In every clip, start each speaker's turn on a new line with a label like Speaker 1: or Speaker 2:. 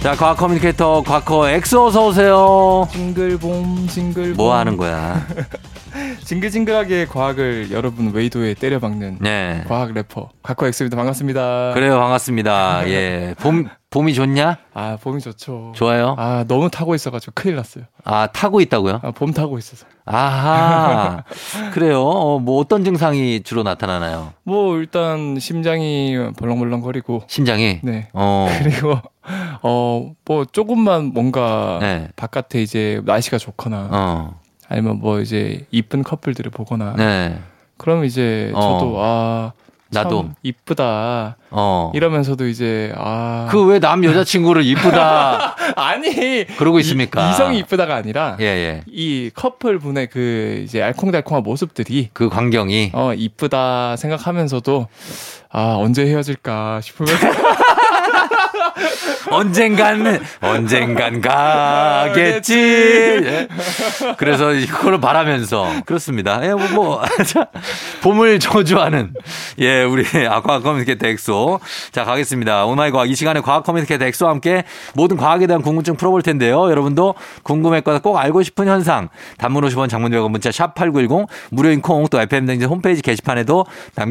Speaker 1: 자, 과학 커뮤니케이터 과커 엑소 어서 오세요.
Speaker 2: 징글봄 징글
Speaker 1: 뭐 하는 거야?
Speaker 2: 징글징글하게 과학을 여러분 웨이도에 때려박는
Speaker 1: 네.
Speaker 2: 과학 래퍼 과커 엑스입니다 반갑습니다
Speaker 1: 그래요, 반갑습니다. 예. 봄, 봄이 좋냐?
Speaker 2: 아 봄이 좋죠
Speaker 1: 좋아요.
Speaker 2: 아 너무 타고 있어가지고 큰일 났어요
Speaker 1: 아, 타고 있다고요?
Speaker 2: 아, 봄 타고 있어서
Speaker 1: 아하. 그래요. 어, 뭐 어떤 증상이 주로 나타나나요?
Speaker 2: 뭐 일단 심장이 벌렁벌렁거리고
Speaker 1: 심장이?
Speaker 2: 네
Speaker 1: 어.
Speaker 2: 그리고 어 뭐 조금만 뭔가
Speaker 1: 네.
Speaker 2: 바깥에 이제 날씨가 좋거나
Speaker 1: 어.
Speaker 2: 아니면 뭐 이제 이쁜 커플들을 보거나
Speaker 1: 네.
Speaker 2: 그럼 이제
Speaker 1: 어.
Speaker 2: 저도 아
Speaker 1: 나도.
Speaker 2: 참 이쁘다
Speaker 1: 어.
Speaker 2: 이러면서도 이제 아
Speaker 1: 그 왜 남 여자친구를 이쁘다
Speaker 2: 아니
Speaker 1: 그러고 있습니까?
Speaker 2: 이, 성이 이쁘다가 아니라
Speaker 1: 예, 예.
Speaker 2: 이 커플 분의 그 이제 알콩달콩한 모습들이
Speaker 1: 그 광경이.
Speaker 2: 어 이쁘다 생각하면서도 아 언제 헤어질까 싶으면
Speaker 1: 언젠간, 언젠간 가겠지. 예. 그래서 이걸 바라면서. 그렇습니다. 예, 뭐, 뭐, 자, 봄을 저주하는, 예, 우리 과학 커뮤니케이터 엑소. 자, 가겠습니다. 오마이 과학. 이 시간에 과학 커뮤니케이터 엑소와 함께 모든 과학에 대한 궁금증 풀어볼 텐데요. 여러분도 궁금했거나 꼭 알고 싶은 현상, 단문 50원 장문 100원 문자 샵8910, 무료인 콩, 또 FM등진 홈페이지 게시판에도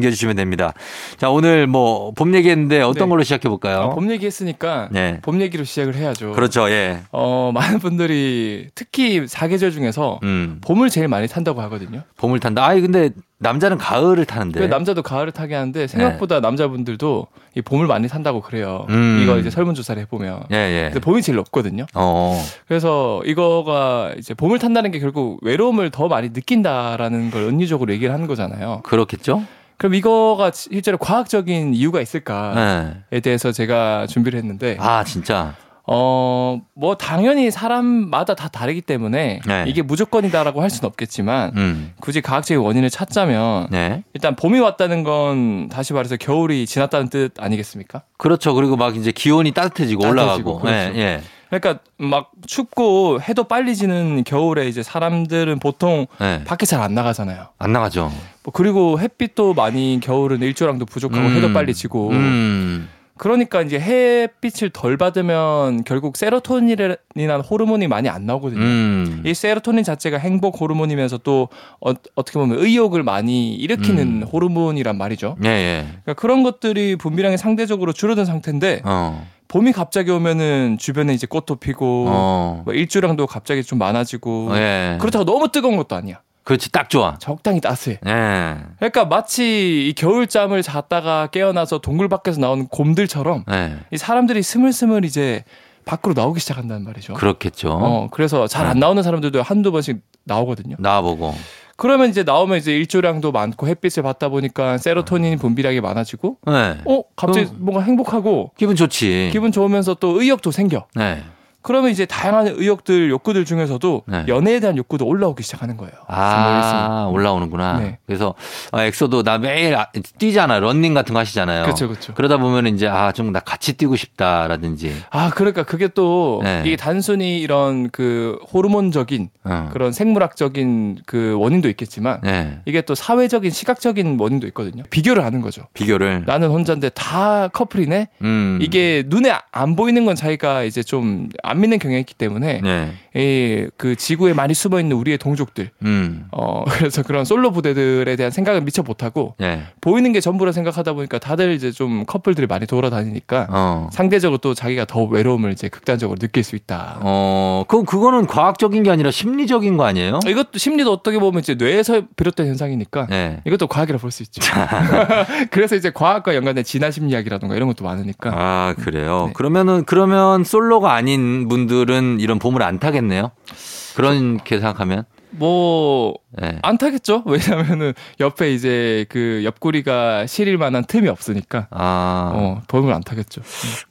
Speaker 1: 남겨주시면 됩니다. 자, 오늘 뭐 봄 얘기했는데 어떤
Speaker 2: 네.
Speaker 1: 걸로 시작해볼까요?
Speaker 2: 아, 봄 얘기했으니까
Speaker 1: 네.
Speaker 2: 봄 얘기로 시작을 해야죠.
Speaker 1: 그렇죠, 예.
Speaker 2: 어 많은 분들이 특히 사계절 중에서
Speaker 1: 음, 네.
Speaker 2: 봄을 제일 많이 탄다고 하거든요.
Speaker 1: 봄을 탄다. 아이, 근데 남자는 가을을 타는데.
Speaker 2: 왜 남자도 가을을 타게 하는데 생각보다 남자분들도 이 봄을 많이 탄다고 그래요.
Speaker 1: 네. 음.
Speaker 2: 이거 이제 설문조사를 해보면
Speaker 1: 예, 예.
Speaker 2: 근데 봄이 제일 높거든요.
Speaker 1: 어,
Speaker 2: 그래서 이거가 이제 봄을 탄다는 게 결국 외로움을 더 많이 느낀다라는 걸 은유적으로 얘기를 하는 거잖아요.
Speaker 1: 그렇겠죠?
Speaker 2: 그럼 이거가 지- 실제로 과학적인 이유가 있을까에
Speaker 1: 예.
Speaker 2: 대해서 제가 준비를 했는데,
Speaker 1: 아, 진짜.
Speaker 2: 어, 뭐 당연히 사람마다 다 다르기 때문에
Speaker 1: 네.
Speaker 2: 이게 무조건이다라고 할 수는 없겠지만,
Speaker 1: 음.
Speaker 2: 굳이 과학적인 원인을 찾자면,
Speaker 1: 네.
Speaker 2: 일단 봄이 왔다는 건 다시 말해서 겨울이 지났다는 뜻 아니겠습니까?
Speaker 1: 그렇죠. 그리고 막 이제 기온이 따뜻해지고
Speaker 2: 따뜻해지고,
Speaker 1: 올라가고.
Speaker 2: 그렇죠.
Speaker 1: 예, 예.
Speaker 2: 그러니까 막 춥고 해도 빨리 지는 겨울에 이제 사람들은 보통
Speaker 1: 예.
Speaker 2: 밖에 잘 안 나가잖아요.
Speaker 1: 안 나가죠.
Speaker 2: 뭐 그리고 햇빛도 많이 겨울은 일조량도 부족하고
Speaker 1: 음.
Speaker 2: 해도 빨리 지고
Speaker 1: 음.
Speaker 2: 그러니까 이제 햇빛을 덜 받으면 결국 세로토닌이나 호르몬이 많이 안 나오거든요.
Speaker 1: 음.
Speaker 2: 이 세로토닌 자체가 행복 호르몬이면서 또 어, 떻게 보면 의욕을 많이
Speaker 1: 음.
Speaker 2: 일으키는 호르몬이란 말이죠.
Speaker 1: 예, 예.
Speaker 2: 그러니까 그런 것들이 분비량이 상대적으로 줄어든 상태인데
Speaker 1: 어.
Speaker 2: 봄이 갑자기 오면은 주변에 이제 꽃도 피고
Speaker 1: 어.
Speaker 2: 뭐 일조량도 갑자기 좀 많아지고
Speaker 1: 예.
Speaker 2: 그렇다고 너무 뜨거운 것도 아니야.
Speaker 1: 그렇지. 딱 좋아.
Speaker 2: 적당히 따스해.
Speaker 1: 예.
Speaker 2: 그러니까 마치 이 겨울잠을 잤다가 깨어나서 동굴 밖에서 나온 곰들처럼
Speaker 1: 예.
Speaker 2: 이 사람들이 스물스물 이제 밖으로 나오기 시작한다는 말이죠.
Speaker 1: 그렇겠죠.
Speaker 2: 어, 그래서 잘
Speaker 1: 네.
Speaker 2: 안 나오는 사람들도 한두 번씩 나오거든요.
Speaker 1: 나와보고.
Speaker 2: 그러면 이제 나오면 이제 일조량도 많고 햇빛을 받다 보니까 세로토닌 분비량이 많아지고
Speaker 1: 예.
Speaker 2: 어, 갑자기
Speaker 1: 그럼- 네.
Speaker 2: 뭔가 행복하고
Speaker 1: 기분 좋지.
Speaker 2: 기분 좋으면서 또 의욕도 생겨.
Speaker 1: 예.
Speaker 2: 그러면 이제 다양한 의욕들, 욕구들 중에서도
Speaker 1: 네.
Speaker 2: 연애에 대한 욕구도 올라오기 시작하는 거예요.
Speaker 1: 아, 올라오는구나.
Speaker 2: 네.
Speaker 1: 그래서 아, 엑소도 나 매일 아- 뛰잖아. 런닝 같은 거 하시잖아요.
Speaker 2: 그렇죠, 그렇죠.
Speaker 1: 러다 보면 이제 아, 좀 나 같이 뛰고 싶다라든지.
Speaker 2: 아, 그러니까 그게 또
Speaker 1: 네.
Speaker 2: 이게 단순히 이런 그 호르몬적인
Speaker 1: 어.
Speaker 2: 그런 생물학적인 음. 그 원인도 있겠지만
Speaker 1: 네.
Speaker 2: 이게 또 사회적인 시각적인 원인도 있거든요. 비교를 하는 거죠.
Speaker 1: 비교를.
Speaker 2: 나는 혼자인데 다 커플이네.
Speaker 1: 음.
Speaker 2: 이게 눈에 안 보이는 건 자기가 이제 좀 안 믿는 경향이 있기 때문에
Speaker 1: 네.
Speaker 2: 이 그 지구에 많이 숨어 있는 우리의 동족들
Speaker 1: 음.
Speaker 2: 어 그래서 그런 솔로 부대들에 대한 생각을 미처 못 하고
Speaker 1: 네.
Speaker 2: 보이는 게 전부라 생각하다 보니까 다들 이제 좀 커플들이 많이 돌아다니니까
Speaker 1: 어.
Speaker 2: 상대적으로 또 자기가 더 외로움을 이제 극단적으로 느낄 수 있다.
Speaker 1: 어, 그 그거는 과학적인 게 아니라 심리적인 거 아니에요?
Speaker 2: 이것도 심리도 어떻게 보면 이제 뇌에서 비롯된 현상이니까
Speaker 1: 어? 네.
Speaker 2: 이것도 과학이라 볼 수 있죠. 그래서 이제 과학과 연관된 진화 심리학이라던가 이런 것도 많으니까.
Speaker 1: 아, 그래요.
Speaker 2: 네.
Speaker 1: 그러면은 그러면 솔로가 아닌 분들은 이런 봄을 안 타겠네요. 그렇게 생각하면.
Speaker 2: 뭐,
Speaker 1: 네.
Speaker 2: 안 타겠죠? 왜냐면은 옆에 이제 그 옆구리가 시릴 만한 틈이 없으니까.
Speaker 1: 아.
Speaker 2: 어, 봄을 안 타겠죠.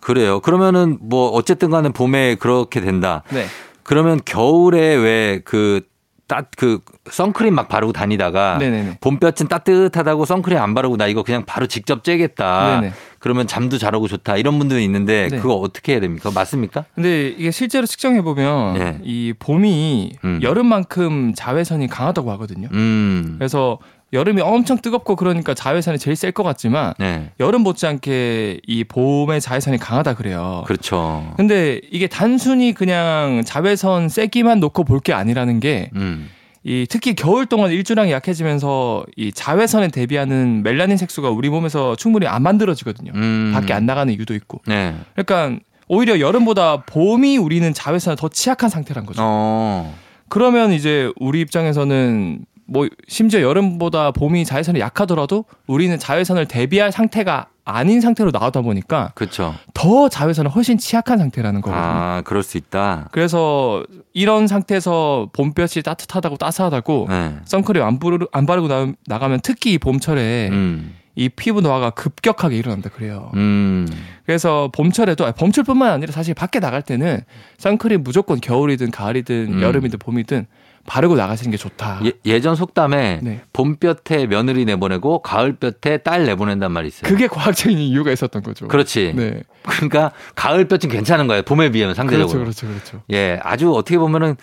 Speaker 1: 그래요. 그러면은 뭐 어쨌든 간에 봄에 그렇게 된다.
Speaker 2: 네.
Speaker 1: 그러면 겨울에 왜 그 따, 그 선크림 막 바르고 다니다가
Speaker 2: 아. 네네네.
Speaker 1: 봄볕은 따뜻하다고 선크림 안 바르고 나 이거 그냥 바로 직접 째겠다.
Speaker 2: 네네.
Speaker 1: 그러면 잠도 잘 오고 좋다 이런 분들이 있는데
Speaker 2: 네.
Speaker 1: 그거 어떻게 해야 됩니까? 맞습니까?
Speaker 2: 근데 이게 실제로 측정해 보면
Speaker 1: 예.
Speaker 2: 이 봄이
Speaker 1: 음.
Speaker 2: 여름만큼 자외선이 강하다고 하거든요.
Speaker 1: 음.
Speaker 2: 그래서 여름이 엄청 뜨겁고 그러니까 자외선이 제일 셀 것 같지만
Speaker 1: 네.
Speaker 2: 여름 못지않게 이 봄의 자외선이 강하다 그래요.
Speaker 1: 그렇죠.
Speaker 2: 근데 이게 단순히 그냥 자외선 세기만 놓고 볼 게 아니라는 게 이
Speaker 1: 음.
Speaker 2: 특히 겨울 동안 일조량이 약해지면서 이 자외선에 대비하는 멜라닌 색소가 우리 몸에서 충분히 안 만들어지거든요.
Speaker 1: 음.
Speaker 2: 밖에 안 나가는 이유도 있고.
Speaker 1: 네.
Speaker 2: 그러니까 오히려 여름보다 봄이 우리는 자외선에 더 취약한 상태란 거죠.
Speaker 1: 어.
Speaker 2: 그러면 이제 우리 입장에서는 뭐 심지어 여름보다 봄이 자외선이 약하더라도 우리는 자외선을 대비할 상태가 아닌 상태로 나오다 보니까
Speaker 1: 그렇죠.
Speaker 2: 더 자외선에 훨씬 취약한 상태라는 거거든요.
Speaker 1: 아, 그럴 수 있다.
Speaker 2: 그래서 이런 상태에서 봄볕이 따뜻하다고 따스하다고
Speaker 1: 네.
Speaker 2: 선크림 안, 부르, 안 바르고 나, 나가면 특히 이 봄철에
Speaker 1: 음.
Speaker 2: 이 피부 노화가 급격하게 일어난다 그래요.
Speaker 1: 음.
Speaker 2: 그래서 봄철에도 아니, 봄철뿐만 아니라 사실 밖에 나갈 때는 선크림 무조건 겨울이든 가을이든
Speaker 1: 음.
Speaker 2: 여름이든 봄이든 바르고 나가시는 게 좋다.
Speaker 1: 예, 예전 속담에
Speaker 2: 네.
Speaker 1: 봄볕에 며느리 내보내고 가을볕에 딸 내보낸단 말이 있어요.
Speaker 2: 그게 과학적인 이유가 있었던 거죠.
Speaker 1: 네. 그렇지.
Speaker 2: 네.
Speaker 1: 그러니까 가을볕은 괜찮은 거예요. 봄에 비하면 상대적으로.
Speaker 2: 그렇죠, 그렇죠, 그렇죠.
Speaker 1: 예, 아주 어떻게 보면은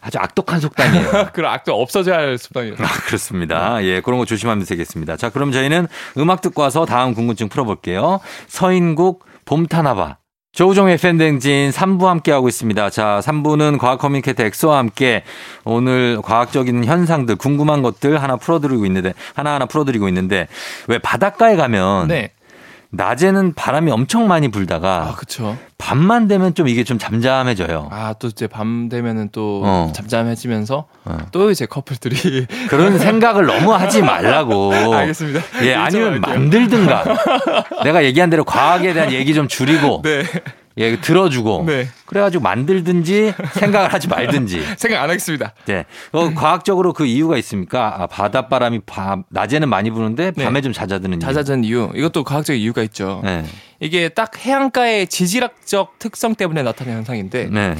Speaker 1: 아주 악독한 속담이에요.
Speaker 2: 그럼 악도 없어져야 할 습관이에요.
Speaker 1: 아, 그렇습니다. 예, 그런 거 조심하면 되겠습니다. 자, 그럼 저희는 음악 듣고 와서 다음 궁금증 풀어볼게요. 서인국 봄타나바. 조우종의 팬댕진 3부 함께하고 있습니다. 자, 3부는 과학 커뮤니케이터 엑소와 함께 오늘 과학적인 현상들, 궁금한 것들 하나 풀어드리고 있는데, 하나하나 풀어드리고 있는데, 왜 바닷가에 가면,
Speaker 2: 네.
Speaker 1: 낮에는 바람이 엄청 많이
Speaker 2: 아,
Speaker 1: 불다가,
Speaker 2: 그렇죠.
Speaker 1: 밤만 되면 좀 이게 좀 잠잠해져요.
Speaker 2: 아, 또 이제 밤 되면은 또
Speaker 1: 어.
Speaker 2: 잠잠해지면서
Speaker 1: 어.
Speaker 2: 또 이제 커플들이
Speaker 1: 그런 생각을 너무 하지 말라고.
Speaker 2: 알겠습니다.
Speaker 1: 예, 아니면
Speaker 2: 인정할게요.
Speaker 1: 만들든가. 내가 얘기한 대로 과학에 대한 얘기 좀 줄이고,
Speaker 2: 네.
Speaker 1: 예, 들어주고.
Speaker 2: 네.
Speaker 1: 그래가지고 만들든지 생각을 하지 말든지.
Speaker 2: 생각 안 하겠습니다.
Speaker 1: 네. 어, 과학적으로 그 이유가 있습니까? 아, 바닷바람이 밤, 낮에는 많이 부는데
Speaker 2: 네.
Speaker 1: 밤에 좀 잦아드는 이유.
Speaker 2: 자자전 이유. 이것도 과학적인 이유가 있죠.
Speaker 1: 네.
Speaker 2: 이게 딱 해안가의 지질학적 특성 때문에 나타나는 현상인데
Speaker 1: 네.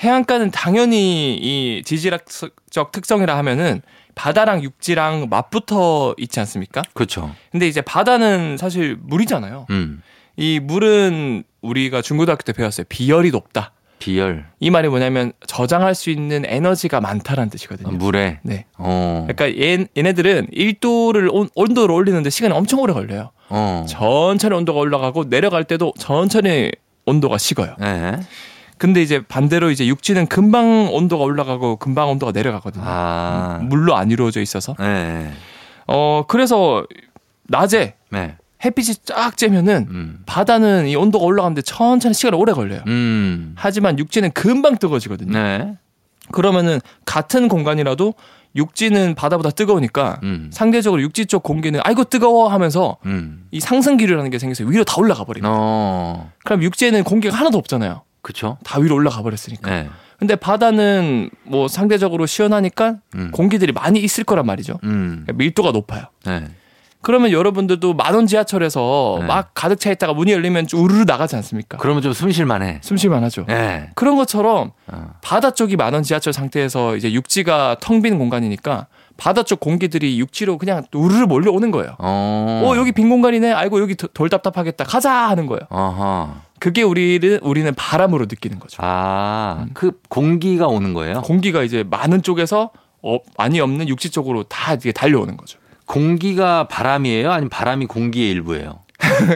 Speaker 2: 해안가는 당연히 이 지질학적 특성이라 하면은 바다랑 육지랑 맞붙어 있지 않습니까?
Speaker 1: 그렇죠.
Speaker 2: 근데 이제 바다는 사실 물이잖아요.
Speaker 1: 음.
Speaker 2: 이 물은 우리가 중고등학교 때 배웠어요. 비열이 높다.
Speaker 1: 비열,
Speaker 2: 이 말이 뭐냐면 저장할 수 있는 에너지가 많다라는
Speaker 1: 아,
Speaker 2: 뜻이거든요.
Speaker 1: 물에.
Speaker 2: 네.
Speaker 1: 어.
Speaker 2: 그러니까 얘, 얘네들은 1도를 온, 온도를 올리는데 시간이 엄청 오래 걸려요.
Speaker 1: 어.
Speaker 2: 천천히 온도가 올라가고 내려갈 때도 천천히 온도가 식어요.
Speaker 1: 네.
Speaker 2: 근데 이제 반대로 이제 육지는 금방 온도가 올라가고 금방 온도가 내려가거든요.
Speaker 1: 아.
Speaker 2: 물로 안 이루어져 있어서.
Speaker 1: 네.
Speaker 2: 어, 그래서 낮에
Speaker 1: 네.
Speaker 2: 햇빛이 쫙 쬐면은
Speaker 1: 음.
Speaker 2: 바다는 이 온도가 올라가는데 천천히 시간이 오래 걸려요.
Speaker 1: 음.
Speaker 2: 하지만 육지는 금방 뜨거워지거든요.
Speaker 1: 네.
Speaker 2: 그러면은 같은 공간이라도 육지는 바다보다 뜨거우니까
Speaker 1: 음.
Speaker 2: 상대적으로 육지 쪽 공기는 아이고 뜨거워 하면서
Speaker 1: 음.
Speaker 2: 이 상승 기류라는 게 생겨서 위로 다 올라가 버립니다.
Speaker 1: 어.
Speaker 2: 그럼 육지에는 공기가 하나도 없잖아요.
Speaker 1: 그렇죠.
Speaker 2: 다 위로 올라가 버렸으니까.
Speaker 1: 네.
Speaker 2: 근데 바다는 뭐 상대적으로 시원하니까
Speaker 1: 음.
Speaker 2: 공기들이 많이 있을 거란 말이죠.
Speaker 1: 음.
Speaker 2: 그러니까 밀도가 높아요.
Speaker 1: 네.
Speaker 2: 그러면 여러분들도 만원 지하철에서
Speaker 1: 네.
Speaker 2: 막 가득 차 있다가 문이 열리면 좀 우르르 나가지 않습니까?
Speaker 1: 그러면 좀 숨쉴만해.
Speaker 2: 숨 쉴만 하죠.
Speaker 1: 예.
Speaker 2: 그런 것처럼
Speaker 1: 어.
Speaker 2: 바다 쪽이 만원 지하철 상태에서 이제 육지가 텅 빈 공간이니까 바다 쪽 공기들이 육지로 그냥 우르르 몰려오는 거예요.
Speaker 1: 어.
Speaker 2: 어, 여기 빈 공간이네. 아이고, 여기 덜- 덜 답답하겠다. 가자! 하는 거예요.
Speaker 1: 어허.
Speaker 2: 그게 우리를, 우리는 바람으로 느끼는 거죠.
Speaker 1: 아, 그 공기가 오는 거예요?
Speaker 2: 공기가 이제 많은 쪽에서 어, 많이 없는 육지 쪽으로 다 이게 달려오는 거죠.
Speaker 1: 공기가 바람이에요? 아니면 바람이 공기의 일부예요?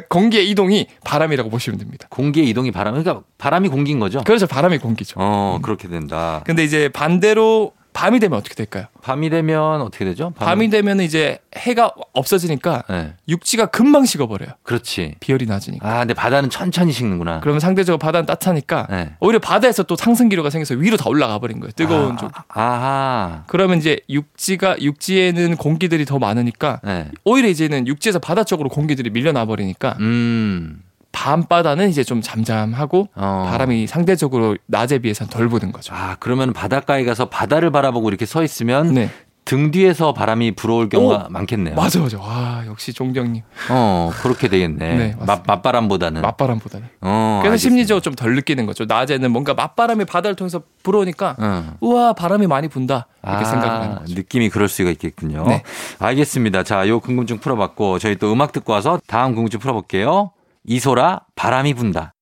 Speaker 2: 공기의 이동이 바람이라고 보시면 됩니다.
Speaker 1: 공기의 이동이 바람, 그러니까 바람이 공기인 거죠?
Speaker 2: 그래서 바람이 공기죠.
Speaker 1: 어, 그렇게 된다.
Speaker 2: 근데 이제 반대로 밤이 되면 어떻게 될까요?
Speaker 1: 밤이 되면 어떻게 되죠?
Speaker 2: 밤이 되면 이제 해가 없어지니까
Speaker 1: 예.
Speaker 2: 육지가 금방 식어버려요.
Speaker 1: 그렇지.
Speaker 2: 비열이 낮으니까.
Speaker 1: 아, 근데 바다는 천천히 식는구나.
Speaker 2: 아. 그러면 상대적으로 바다는 따뜻하니까
Speaker 1: 예.
Speaker 2: 오히려 바다에서 또 상승 기류가 생겨서 위로 다 올라가 버린 거예요. 뜨거운
Speaker 1: 아,
Speaker 2: 쪽.
Speaker 1: 아하.
Speaker 2: 그러면 이제 육지가 육지에는 공기들이 더 많으니까
Speaker 1: 예.
Speaker 2: 오히려 이제는 육지에서 바다 쪽으로 공기들이 밀려나 버리니까
Speaker 1: 음.
Speaker 2: 밤바다는 이제 좀 잠잠하고
Speaker 1: 어.
Speaker 2: 바람이 상대적으로 낮에 비해서 덜 부는 거죠.
Speaker 1: 아, 그러면 바닷가에 가서 바다를 바라보고 이렇게 서 있으면
Speaker 2: 네.
Speaker 1: 등 뒤에서 바람이 불어올 경우가 음. 많겠네요.
Speaker 2: 맞아, 맞아. 와, 역시 종경님.
Speaker 1: 어, 그렇게 되겠네.
Speaker 2: 네, 맞습니다.
Speaker 1: 맞, 맞바람보다는.
Speaker 2: 맞바람보다는.
Speaker 1: 어,
Speaker 2: 그래서
Speaker 1: 알겠습니다.
Speaker 2: 심리적으로 좀 덜 느끼는 거죠. 낮에는 뭔가 맞바람이 바다를 통해서 불어오니까
Speaker 1: 응.
Speaker 2: 우와, 바람이 많이 분다. 이렇게
Speaker 1: 음. 아,
Speaker 2: 생각을 하는 거죠.
Speaker 1: 느낌이 그럴 수가 있겠군요.
Speaker 2: 네.
Speaker 1: 알겠습니다. 자, 요 궁금증 풀어봤고, 저희 또 음악 듣고 와서 다음 궁금증 풀어볼게요. 이소라 바람이 분다.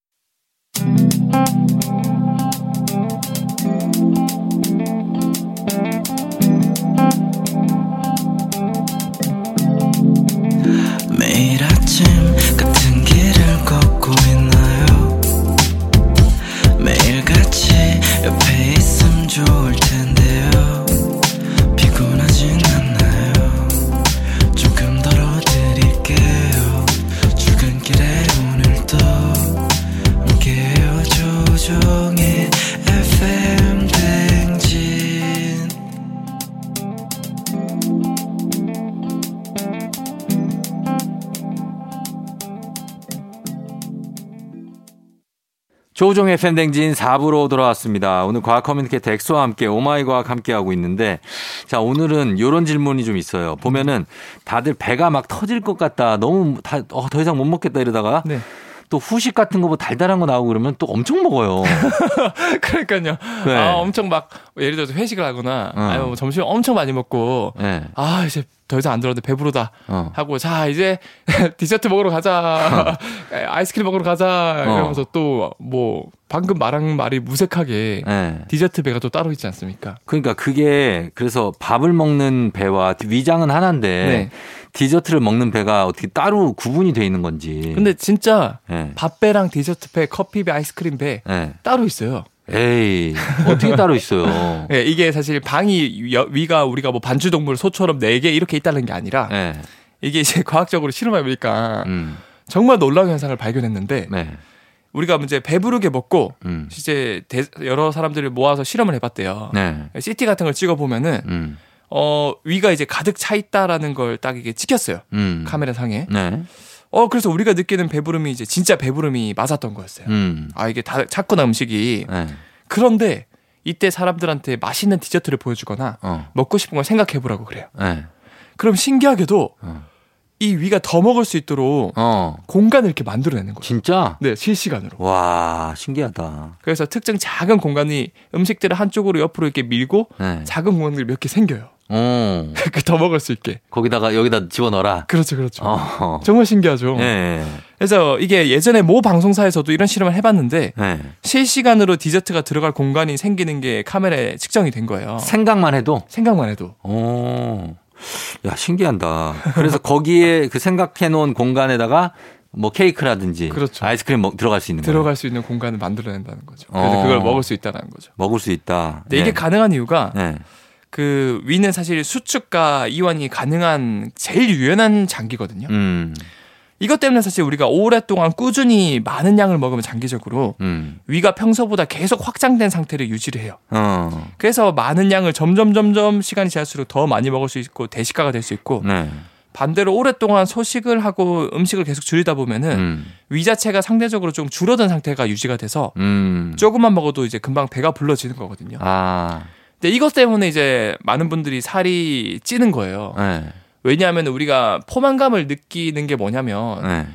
Speaker 3: 매일 아침 같은 길을 걷고 있나요 매일 같이 옆에 있음 좋을 텐데요 피곤하진 않나요 조금 덜어드릴게요 출근길에 오늘도 함께해요 조종의 FM 댕진
Speaker 1: 조종의 팬댕진 4부로 돌아왔습니다. 오늘 과학 커뮤니케이터 엑소와 함께 오마이 과학 함께하고 있는데 자, 오늘은 요런 질문이 좀 있어요. 보면은 다들 배가 막 터질 것 같다. 너무 다, 어, 더 이상 못 먹겠다 이러다가
Speaker 2: 네.
Speaker 1: 또 후식 같은 거 뭐 달달한 거 나오고 그러면 또 엄청 먹어요.
Speaker 2: 그러니까요.
Speaker 1: 네.
Speaker 2: 아, 엄청 막 예를 들어서 회식을 하거나
Speaker 1: 어.
Speaker 2: 아니면 뭐 점심 엄청 많이 먹고
Speaker 1: 예.
Speaker 2: 아 이제 더 이상 안 들었는데 배부르다
Speaker 1: 어.
Speaker 2: 하고 자 이제 디저트 먹으러 가자
Speaker 1: 어.
Speaker 2: 아이스크림 먹으러 가자 이러면서 또 뭐 방금 말한 말이 무색하게
Speaker 1: 예.
Speaker 2: 디저트 배가 또 따로 있지 않습니까?
Speaker 1: 그러니까 그게 그래서 밥을 먹는 배와 위장은
Speaker 2: 네.
Speaker 1: 하나인데 디저트를 먹는 배가 어떻게 따로 구분이 돼 있는 건지.
Speaker 2: 근데 진짜
Speaker 1: 예.
Speaker 2: 밥배랑 디저트 배, 커피 배, 아이스크림 배
Speaker 1: 예.
Speaker 2: 따로 있어요.
Speaker 1: 에이 어떻게 따로 있어요?
Speaker 2: 예, 이게 사실 방이 여- 위가 우리가 뭐 반주동물 소처럼 네 개 이렇게 있다는 게 아니라
Speaker 1: 예.
Speaker 2: 이게 이제 과학적으로 실험해 보니까
Speaker 1: 음.
Speaker 2: 정말 놀라운 현상을 발견했는데
Speaker 1: 네.
Speaker 2: 우리가 이제 배부르게 먹고
Speaker 1: 음.
Speaker 2: 이제 대- 여러 사람들을 모아서 실험을 해봤대요.
Speaker 1: 네.
Speaker 2: CT 같은 걸 찍어 보면은
Speaker 1: 음.
Speaker 2: 어 위가 이제 가득 차 있다라는 걸 딱 이게 찍혔어요.
Speaker 1: 음.
Speaker 2: 카메라 상에.
Speaker 1: 네.
Speaker 2: 어 그래서 우리가 느끼는 배부름이 이제 진짜 배부름이 맞았던 거였어요.
Speaker 1: 음.
Speaker 2: 아 이게 다 찾거나 음식이
Speaker 1: 네.
Speaker 2: 그런데 이때 사람들한테 맛있는 디저트를 보여주거나
Speaker 1: 어.
Speaker 2: 먹고 싶은 걸 생각해 보라고 그래요.
Speaker 1: 네.
Speaker 2: 그럼 신기하게도
Speaker 1: 어.
Speaker 2: 이 위가 더 먹을 수 있도록
Speaker 1: 어.
Speaker 2: 공간을 이렇게 만들어내는 거예요.
Speaker 1: 진짜?
Speaker 2: 네, 실시간으로.
Speaker 1: 와 신기하다.
Speaker 2: 그래서 특정 작은 공간이 음식들을 한쪽으로 옆으로 이렇게 밀고
Speaker 1: 네.
Speaker 2: 작은 공간들이 몇 개 생겨요.
Speaker 1: 어.
Speaker 2: 그 더 먹을 수 있게.
Speaker 1: 거기다가 여기다 집어넣어라.
Speaker 2: 그렇죠, 그렇죠.
Speaker 1: 어.
Speaker 2: 정말 신기하죠.
Speaker 1: 예. 예.
Speaker 2: 그래서 이게 예전에 모 방송사에서도 이런 실험을 해봤는데
Speaker 1: 예.
Speaker 2: 실시간으로 디저트가 들어갈 공간이 생기는 게 카메라에 측정이 된
Speaker 1: 어.
Speaker 2: 거예요.
Speaker 1: 생각만 해도
Speaker 2: 생각만 해도.
Speaker 1: 오, 어. 야, 신기한다. 그래서 거기에 그 생각해놓은 공간에다가 뭐 케이크라든지
Speaker 2: 그렇죠.
Speaker 1: 아이스크림 먹, 들어갈 수 있는 거
Speaker 2: 들어갈 수 있는 공간을 만들어낸다는 거죠. 그래서
Speaker 1: 네. 어.
Speaker 2: 그걸 먹을 수 있다는 거죠.
Speaker 1: 먹을 수 있다.
Speaker 2: 근데 이게
Speaker 1: 네.
Speaker 2: 가능한 이유가
Speaker 1: 네.
Speaker 2: 그 위는 사실 수축과 이완이 가능한 제일 유연한 장기거든요.
Speaker 1: 음,
Speaker 2: 이것 때문에 사실 우리가 오랫동안 꾸준히 많은 양을 먹으면 장기적으로
Speaker 1: 음,
Speaker 2: 위가 평소보다 계속 확장된 상태를 유지를 해요.
Speaker 1: 어,
Speaker 2: 그래서 많은 양을 점점 점점 시간이 지날수록 더 많이 먹을 수 있고 대식가가 될 수 있고
Speaker 1: 네.
Speaker 2: 반대로 오랫동안 소식을 하고 음식을 계속 줄이다 보면은
Speaker 1: 음,
Speaker 2: 위 자체가 상대적으로 좀 줄어든 상태가 유지가 돼서
Speaker 1: 음.
Speaker 2: 조금만 먹어도 이제 금방 배가 불러지는 거거든요.
Speaker 1: 아,
Speaker 2: 근데 이것 때문에 이제 많은 분들이 살이 찌는 거예요.
Speaker 1: 네.
Speaker 2: 왜냐하면 우리가 포만감을 느끼는 게 뭐냐면
Speaker 1: 네.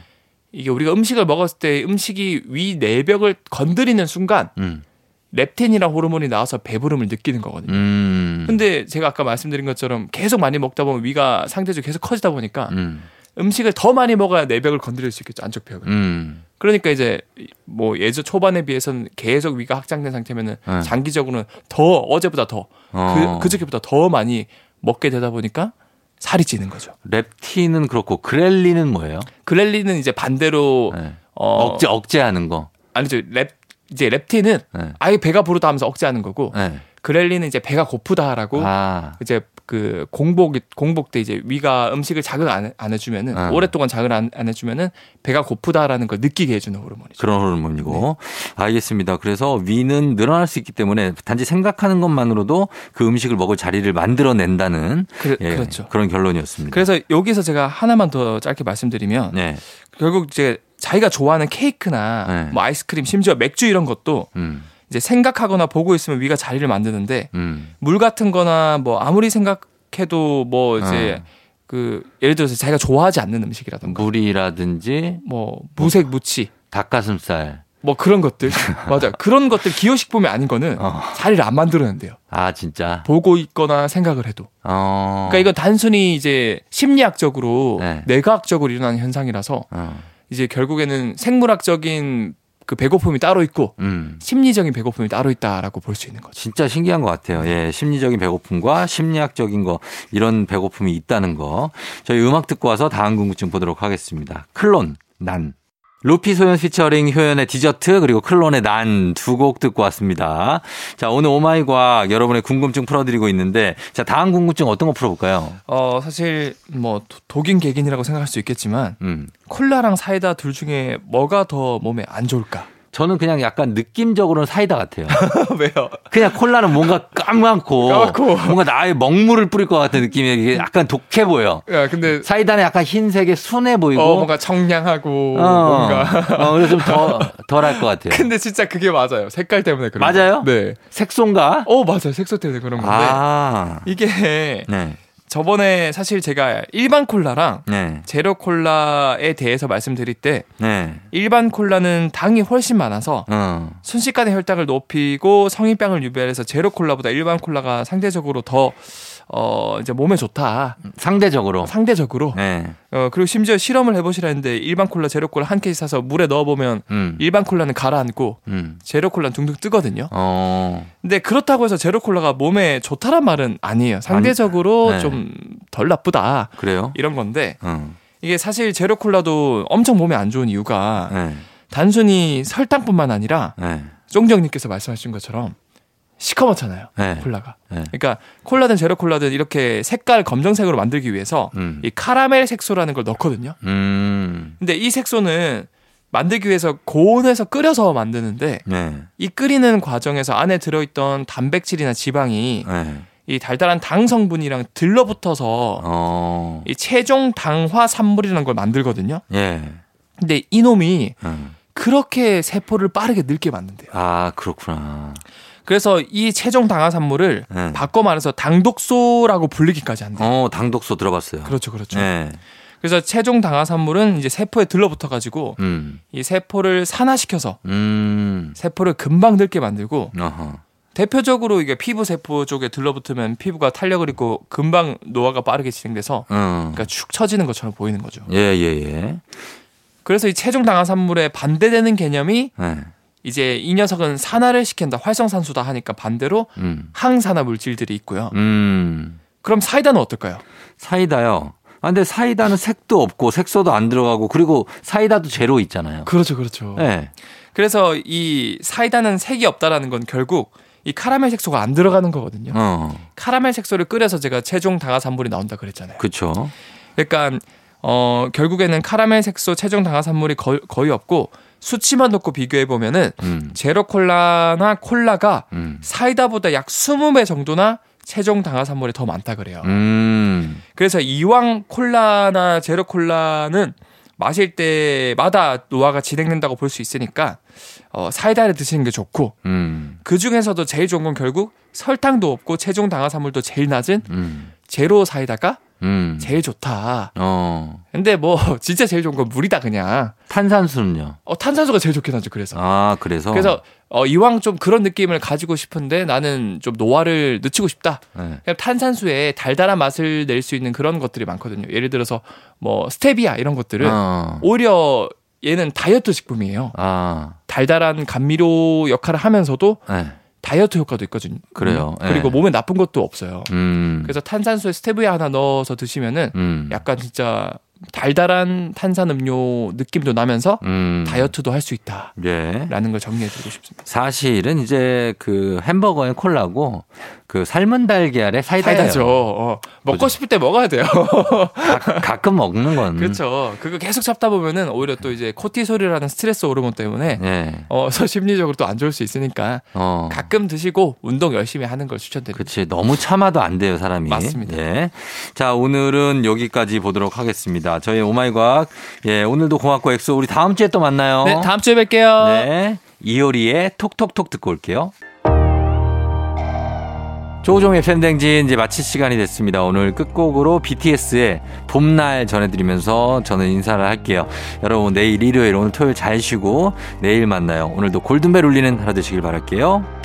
Speaker 2: 이게 우리가 음식을 먹었을 때 음식이 위 내벽을 건드리는 순간
Speaker 1: 음,
Speaker 2: 렙틴이란 호르몬이 나와서 배부름을 느끼는 거거든요.
Speaker 1: 음.
Speaker 2: 근데 제가 아까 말씀드린 것처럼 계속 많이 먹다 보면 위가 상대적으로 계속 커지다 보니까
Speaker 1: 음,
Speaker 2: 음식을 더 많이 먹어야 내벽을 건드릴 수 있겠죠 안쪽 벽을.
Speaker 1: 음.
Speaker 2: 그러니까 이제 뭐 예전 초반에 비해서는 계속 위가 확장된 상태면은
Speaker 1: 네.
Speaker 2: 장기적으로는 더 어제보다 더
Speaker 1: 어.
Speaker 2: 그, 저께보다더 많이 먹게 되다 보니까 살이 찌는 거죠.
Speaker 1: 렙틴은 그렇고 그렐린은 뭐예요?
Speaker 2: 그렐린은 이제 반대로
Speaker 1: 네.
Speaker 2: 어,
Speaker 1: 억제 억제하는 거.
Speaker 2: 아니죠 렙 이제 렙틴은
Speaker 1: 네.
Speaker 2: 아예 배가 부르다 하면서 억제하는 거고
Speaker 1: 네.
Speaker 2: 그렐린은 이제 배가 고프다라고
Speaker 1: 아,
Speaker 2: 이제 그 공복 공복 때 이제 위가 음식을 자극 안, 안 해주면은
Speaker 1: 아.
Speaker 2: 오랫동안 자극 안, 안 해주면은 배가 고프다라는 걸 느끼게 해주는 호르몬이죠.
Speaker 1: 그런 호르몬이고 알겠습니다. 그래서 위는 늘어날 수 있기 때문에 단지 생각하는 것만으로도 그 음식을 먹을 자리를 만들어낸다는
Speaker 2: 그,
Speaker 1: 예,
Speaker 2: 렇죠
Speaker 1: 그런 결론이었습니다.
Speaker 2: 그래서 여기서 제가 하나만 더 짧게 말씀드리면
Speaker 1: 네,
Speaker 2: 결국 이제 자기가 좋아하는 케이크나
Speaker 1: 네.
Speaker 2: 뭐 아이스크림 심지어 맥주 이런 것도
Speaker 1: 음,
Speaker 2: 이제 생각하거나 보고 있으면 위가 자리를 만드는데
Speaker 1: 음,
Speaker 2: 물 같은 거나 뭐 아무리 생각해도 뭐 이제 그 예를 들어서 자기가 좋아하지 않는 음식이라던가
Speaker 1: 물이라든지
Speaker 2: 뭐 무색 무치
Speaker 1: 닭가슴살.
Speaker 2: 뭐 그런 것들 맞아 그런 것들 기호식품이 아닌 거는
Speaker 1: 어.
Speaker 2: 자리를 안 만들어낸대요
Speaker 1: 아 진짜.
Speaker 2: 보고 있거나 생각을 해도
Speaker 1: 어.
Speaker 2: 그러니까 이건 단순히 이제 심리학적으로
Speaker 1: 네.
Speaker 2: 내과학적으로 일어나는 현상이라서
Speaker 1: 어.
Speaker 2: 이제 결국에는 생물학적인 그 배고픔이 따로 있고
Speaker 1: 음.
Speaker 2: 심리적인 배고픔이 따로 있다라고 볼 수 있는 거죠.
Speaker 1: 진짜 신기한 것 같아요. 예, 심리적인 배고픔과 심리학적인 거 이런 배고픔이 있다는 거. 저희 음악 듣고 와서 다음 궁금증 보도록 하겠습니다. 클론 난. 루피 소연 피처링 효연의 디저트 그리고 클론의 난 두 곡 듣고 왔습니다. 자 오늘 오마이과 여러분의 궁금증 풀어드리고 있는데 자 다음 궁금증 어떤 거 풀어볼까요?
Speaker 2: 어 사실 뭐 도- 독인 객인이라고 생각할 수 있겠지만
Speaker 1: 음
Speaker 2: 콜라랑 사이다 둘 중에 뭐가 더 몸에 안 좋을까?
Speaker 1: 저는 그냥 약간 느낌적으로는 사이다 같아요.
Speaker 2: 왜요?
Speaker 1: 그냥 콜라는 뭔가 까맣고,
Speaker 2: 까맣고.
Speaker 1: 뭔가 나의 먹물을 뿌릴 것 같은 느낌이 이게 약간 독해 보여.
Speaker 2: 야 근데
Speaker 1: 그 사이다는 약간 흰색에 순해 보이고
Speaker 2: 어 뭔가 청량하고
Speaker 1: 어,
Speaker 2: 뭔가
Speaker 1: 어, 그래서 좀더 덜할 것 같아요.
Speaker 2: 근데 진짜 그게 맞아요. 색깔 때문에 그런 거.
Speaker 1: 맞아요?
Speaker 2: 네.
Speaker 1: 색소인가?
Speaker 2: 어 맞아요. 색소 때문에 그런 건데
Speaker 1: 아,
Speaker 2: 이게
Speaker 1: 네,
Speaker 2: 저번에 사실 제가 일반 콜라랑
Speaker 1: 네,
Speaker 2: 제로 콜라에 대해서 말씀드릴 때
Speaker 1: 네,
Speaker 2: 일반 콜라는 당이 훨씬 많아서
Speaker 1: 어,
Speaker 2: 순식간에 혈당을 높이고 성인병을 유발해서 제로 콜라보다 일반 콜라가 상대적으로 더어 이제 몸에 좋다.
Speaker 1: 상대적으로.
Speaker 2: 상대적으로.
Speaker 1: 네,
Speaker 2: 어 그리고 심지어 실험을 해 보시라는데 일반 콜라 제로 콜라 한 케이스 사서 물에 넣어 보면
Speaker 1: 음,
Speaker 2: 일반 콜라는 가라앉고
Speaker 1: 음,
Speaker 2: 제로 콜라는 둥둥 뜨거든요.
Speaker 1: 어,
Speaker 2: 근데 그렇다고 해서 제로 콜라가 몸에 좋다란 말은 아니에요. 상대적으로
Speaker 1: 네.
Speaker 2: 좀 덜 나쁘다.
Speaker 1: 그래요?
Speaker 2: 이런 건데
Speaker 1: 어,
Speaker 2: 이게 사실 제로 콜라도 엄청 몸에 안 좋은 이유가
Speaker 1: 네,
Speaker 2: 단순히 설탕뿐만 아니라
Speaker 1: 네,
Speaker 2: 쫑정님께서 말씀하신 것처럼 시커멓잖아요.
Speaker 1: 네,
Speaker 2: 콜라가.
Speaker 1: 네.
Speaker 2: 그러니까 콜라든 제로 콜라든 이렇게 색깔 검정색으로 만들기 위해서
Speaker 1: 음,
Speaker 2: 이 카라멜 색소라는 걸 넣거든요.
Speaker 1: 음,
Speaker 2: 근데 이 색소는 만들기 위해서 고온에서 끓여서 만드는데
Speaker 1: 네,
Speaker 2: 이 끓이는 과정에서 안에 들어있던 단백질이나 지방이
Speaker 1: 네,
Speaker 2: 이 달달한 당 성분이랑 들러붙어서
Speaker 1: 어,
Speaker 2: 이 최종 당화 산물이라는 걸 만들거든요.
Speaker 1: 예,
Speaker 2: 근데 이놈이
Speaker 1: 음.
Speaker 2: 그렇게 세포를 빠르게 늙게 만든대요.
Speaker 1: 아, 그렇구나.
Speaker 2: 그래서 이 최종 당화 산물을
Speaker 1: 네.
Speaker 2: 바꿔 말해서 당독소라고 불리기까지 한대요.
Speaker 1: 어, 당독소 들어봤어요.
Speaker 2: 그렇죠, 그렇죠.
Speaker 1: 네.
Speaker 2: 그래서 최종 당화 산물은 이제 세포에 들러붙어 가지고
Speaker 1: 음.
Speaker 2: 이 세포를 산화시켜서
Speaker 1: 음.
Speaker 2: 세포를 금방 늙게 만들고
Speaker 1: 어허.
Speaker 2: 대표적으로 이게 피부 세포 쪽에 들러붙으면 피부가 탄력을 입고 금방 노화가 빠르게 진행돼서
Speaker 1: 어.
Speaker 2: 그러니까 축 처지는 것처럼 보이는 거죠.
Speaker 1: 예, 예, 예.
Speaker 2: 그래서 이 체중 당한 산물에 반대되는 개념이
Speaker 1: 네.
Speaker 2: 이제 이 녀석은 산화를 시킨다 활성산소다 하니까 반대로
Speaker 1: 음.
Speaker 2: 항산화 물질들이 있고요.
Speaker 1: 음.
Speaker 2: 그럼 사이다는 어떨까요?
Speaker 1: 사이다요. 아, 근데 사이다는 색도 없고 색소도 안 들어가고 그리고 사이다도 제로 있잖아요.
Speaker 2: 그렇죠, 그렇죠.
Speaker 1: 예.
Speaker 2: 그래서 이 사이다는 색이 없다라는 건 결국 이 카라멜 색소가 안 들어가는 거거든요.
Speaker 1: 어.
Speaker 2: 카라멜 색소를 끓여서 제가 체중 당화산물이 나온다 그랬잖아요.
Speaker 1: 그쵸.
Speaker 2: 그러니까 어 결국에는 카라멜 색소 체중 당화산물이 거- 거의 없고 수치만 놓고 비교해 보면은
Speaker 1: 음.
Speaker 2: 제로 콜라나 콜라가
Speaker 1: 음.
Speaker 2: 사이다보다 약 20배 정도나 체중 당화산물이 더 많다 그래요.
Speaker 1: 음.
Speaker 2: 그래서 이왕 콜라나 제로 콜라는 마실 때마다 노화가 진행된다고 볼 수 있으니까 어, 사이다를 드시는 게 좋고
Speaker 1: 음.
Speaker 2: 그 중에서도 제일 좋은 건 결국 설탕도 없고 체중 당화산물도 제일 낮은
Speaker 1: 음.
Speaker 2: 제로 사이다가
Speaker 1: 음.
Speaker 2: 제일 좋다.
Speaker 1: 어.
Speaker 2: 근데 뭐 진짜 제일 좋은 건 물이다 그냥.
Speaker 1: 탄산수는요.
Speaker 2: 어, 탄산수가 제일 좋긴 하죠. 그래서.
Speaker 1: 아, 그래서.
Speaker 2: 그래서 어, 이왕 좀 그런 느낌을 가지고 싶은데 나는 좀 노화를 늦추고 싶다.
Speaker 1: 예.
Speaker 2: 그냥 탄산수에 달달한 맛을 낼 수 있는 그런 것들이 많거든요. 예를 들어서 뭐 스테비아 이런 것들은
Speaker 1: 어.
Speaker 2: 오히려 얘는 다이어트 식품이에요.
Speaker 1: 아.
Speaker 2: 달달한 감미료 역할을 하면서도
Speaker 1: 예.
Speaker 2: 다이어트 효과도 있거든요. 음.
Speaker 1: 그래요. 예.
Speaker 2: 그리고 몸에 나쁜 것도 없어요.
Speaker 1: 음.
Speaker 2: 그래서 탄산수에 스테비아 하나 넣어서 드시면은
Speaker 1: 음.
Speaker 2: 약간 진짜 달달한 탄산 음료 느낌도 나면서
Speaker 1: 음.
Speaker 2: 다이어트도 할 수 있다라는
Speaker 1: 예.
Speaker 2: 걸 정리해드리고 싶습니다.
Speaker 1: 사실은 이제 그 햄버거엔 콜라고 그 삶은 달걀에 네, 사이다예요.
Speaker 2: 사이다죠. 어. 먹고
Speaker 1: 그죠. 음.
Speaker 2: 싶을 때 먹어야 돼요.
Speaker 1: 가, 끔 먹는 건
Speaker 2: 그렇죠. 그거 계속 잡다 보면은 오히려 또 이제 코티솔이라는 스트레스 호르몬 때문에
Speaker 1: 예.
Speaker 2: 어, 서 심리적으로 또 안 좋을 수 있으니까
Speaker 1: 어.
Speaker 2: 가끔 드시고 운동 열심히 하는 걸 추천드립니다.
Speaker 1: 그렇지. 너무 참아도 안 돼요, 사람이.
Speaker 2: 맞습니다.
Speaker 1: 예. 자, 오늘은 여기까지 보도록 하겠습니다. 저희 오마이과학. 예, 오늘도 고맙고 엑소 우리 다음 주에 또 만나요.
Speaker 2: 네, 다음 주에 뵐게요.
Speaker 1: 네. 이효리의 톡톡톡 듣고 올게요. 조종의 팬댕진 이제 마칠 시간이 됐습니다. 오늘 끝곡으로 BTS의 봄날 전해드리면서 저는 인사를 할게요. 여러분 내일 일요일 오늘 토요일 잘 쉬고 내일 만나요. 오늘도 골든벨 울리는 하루 되시길 바랄게요.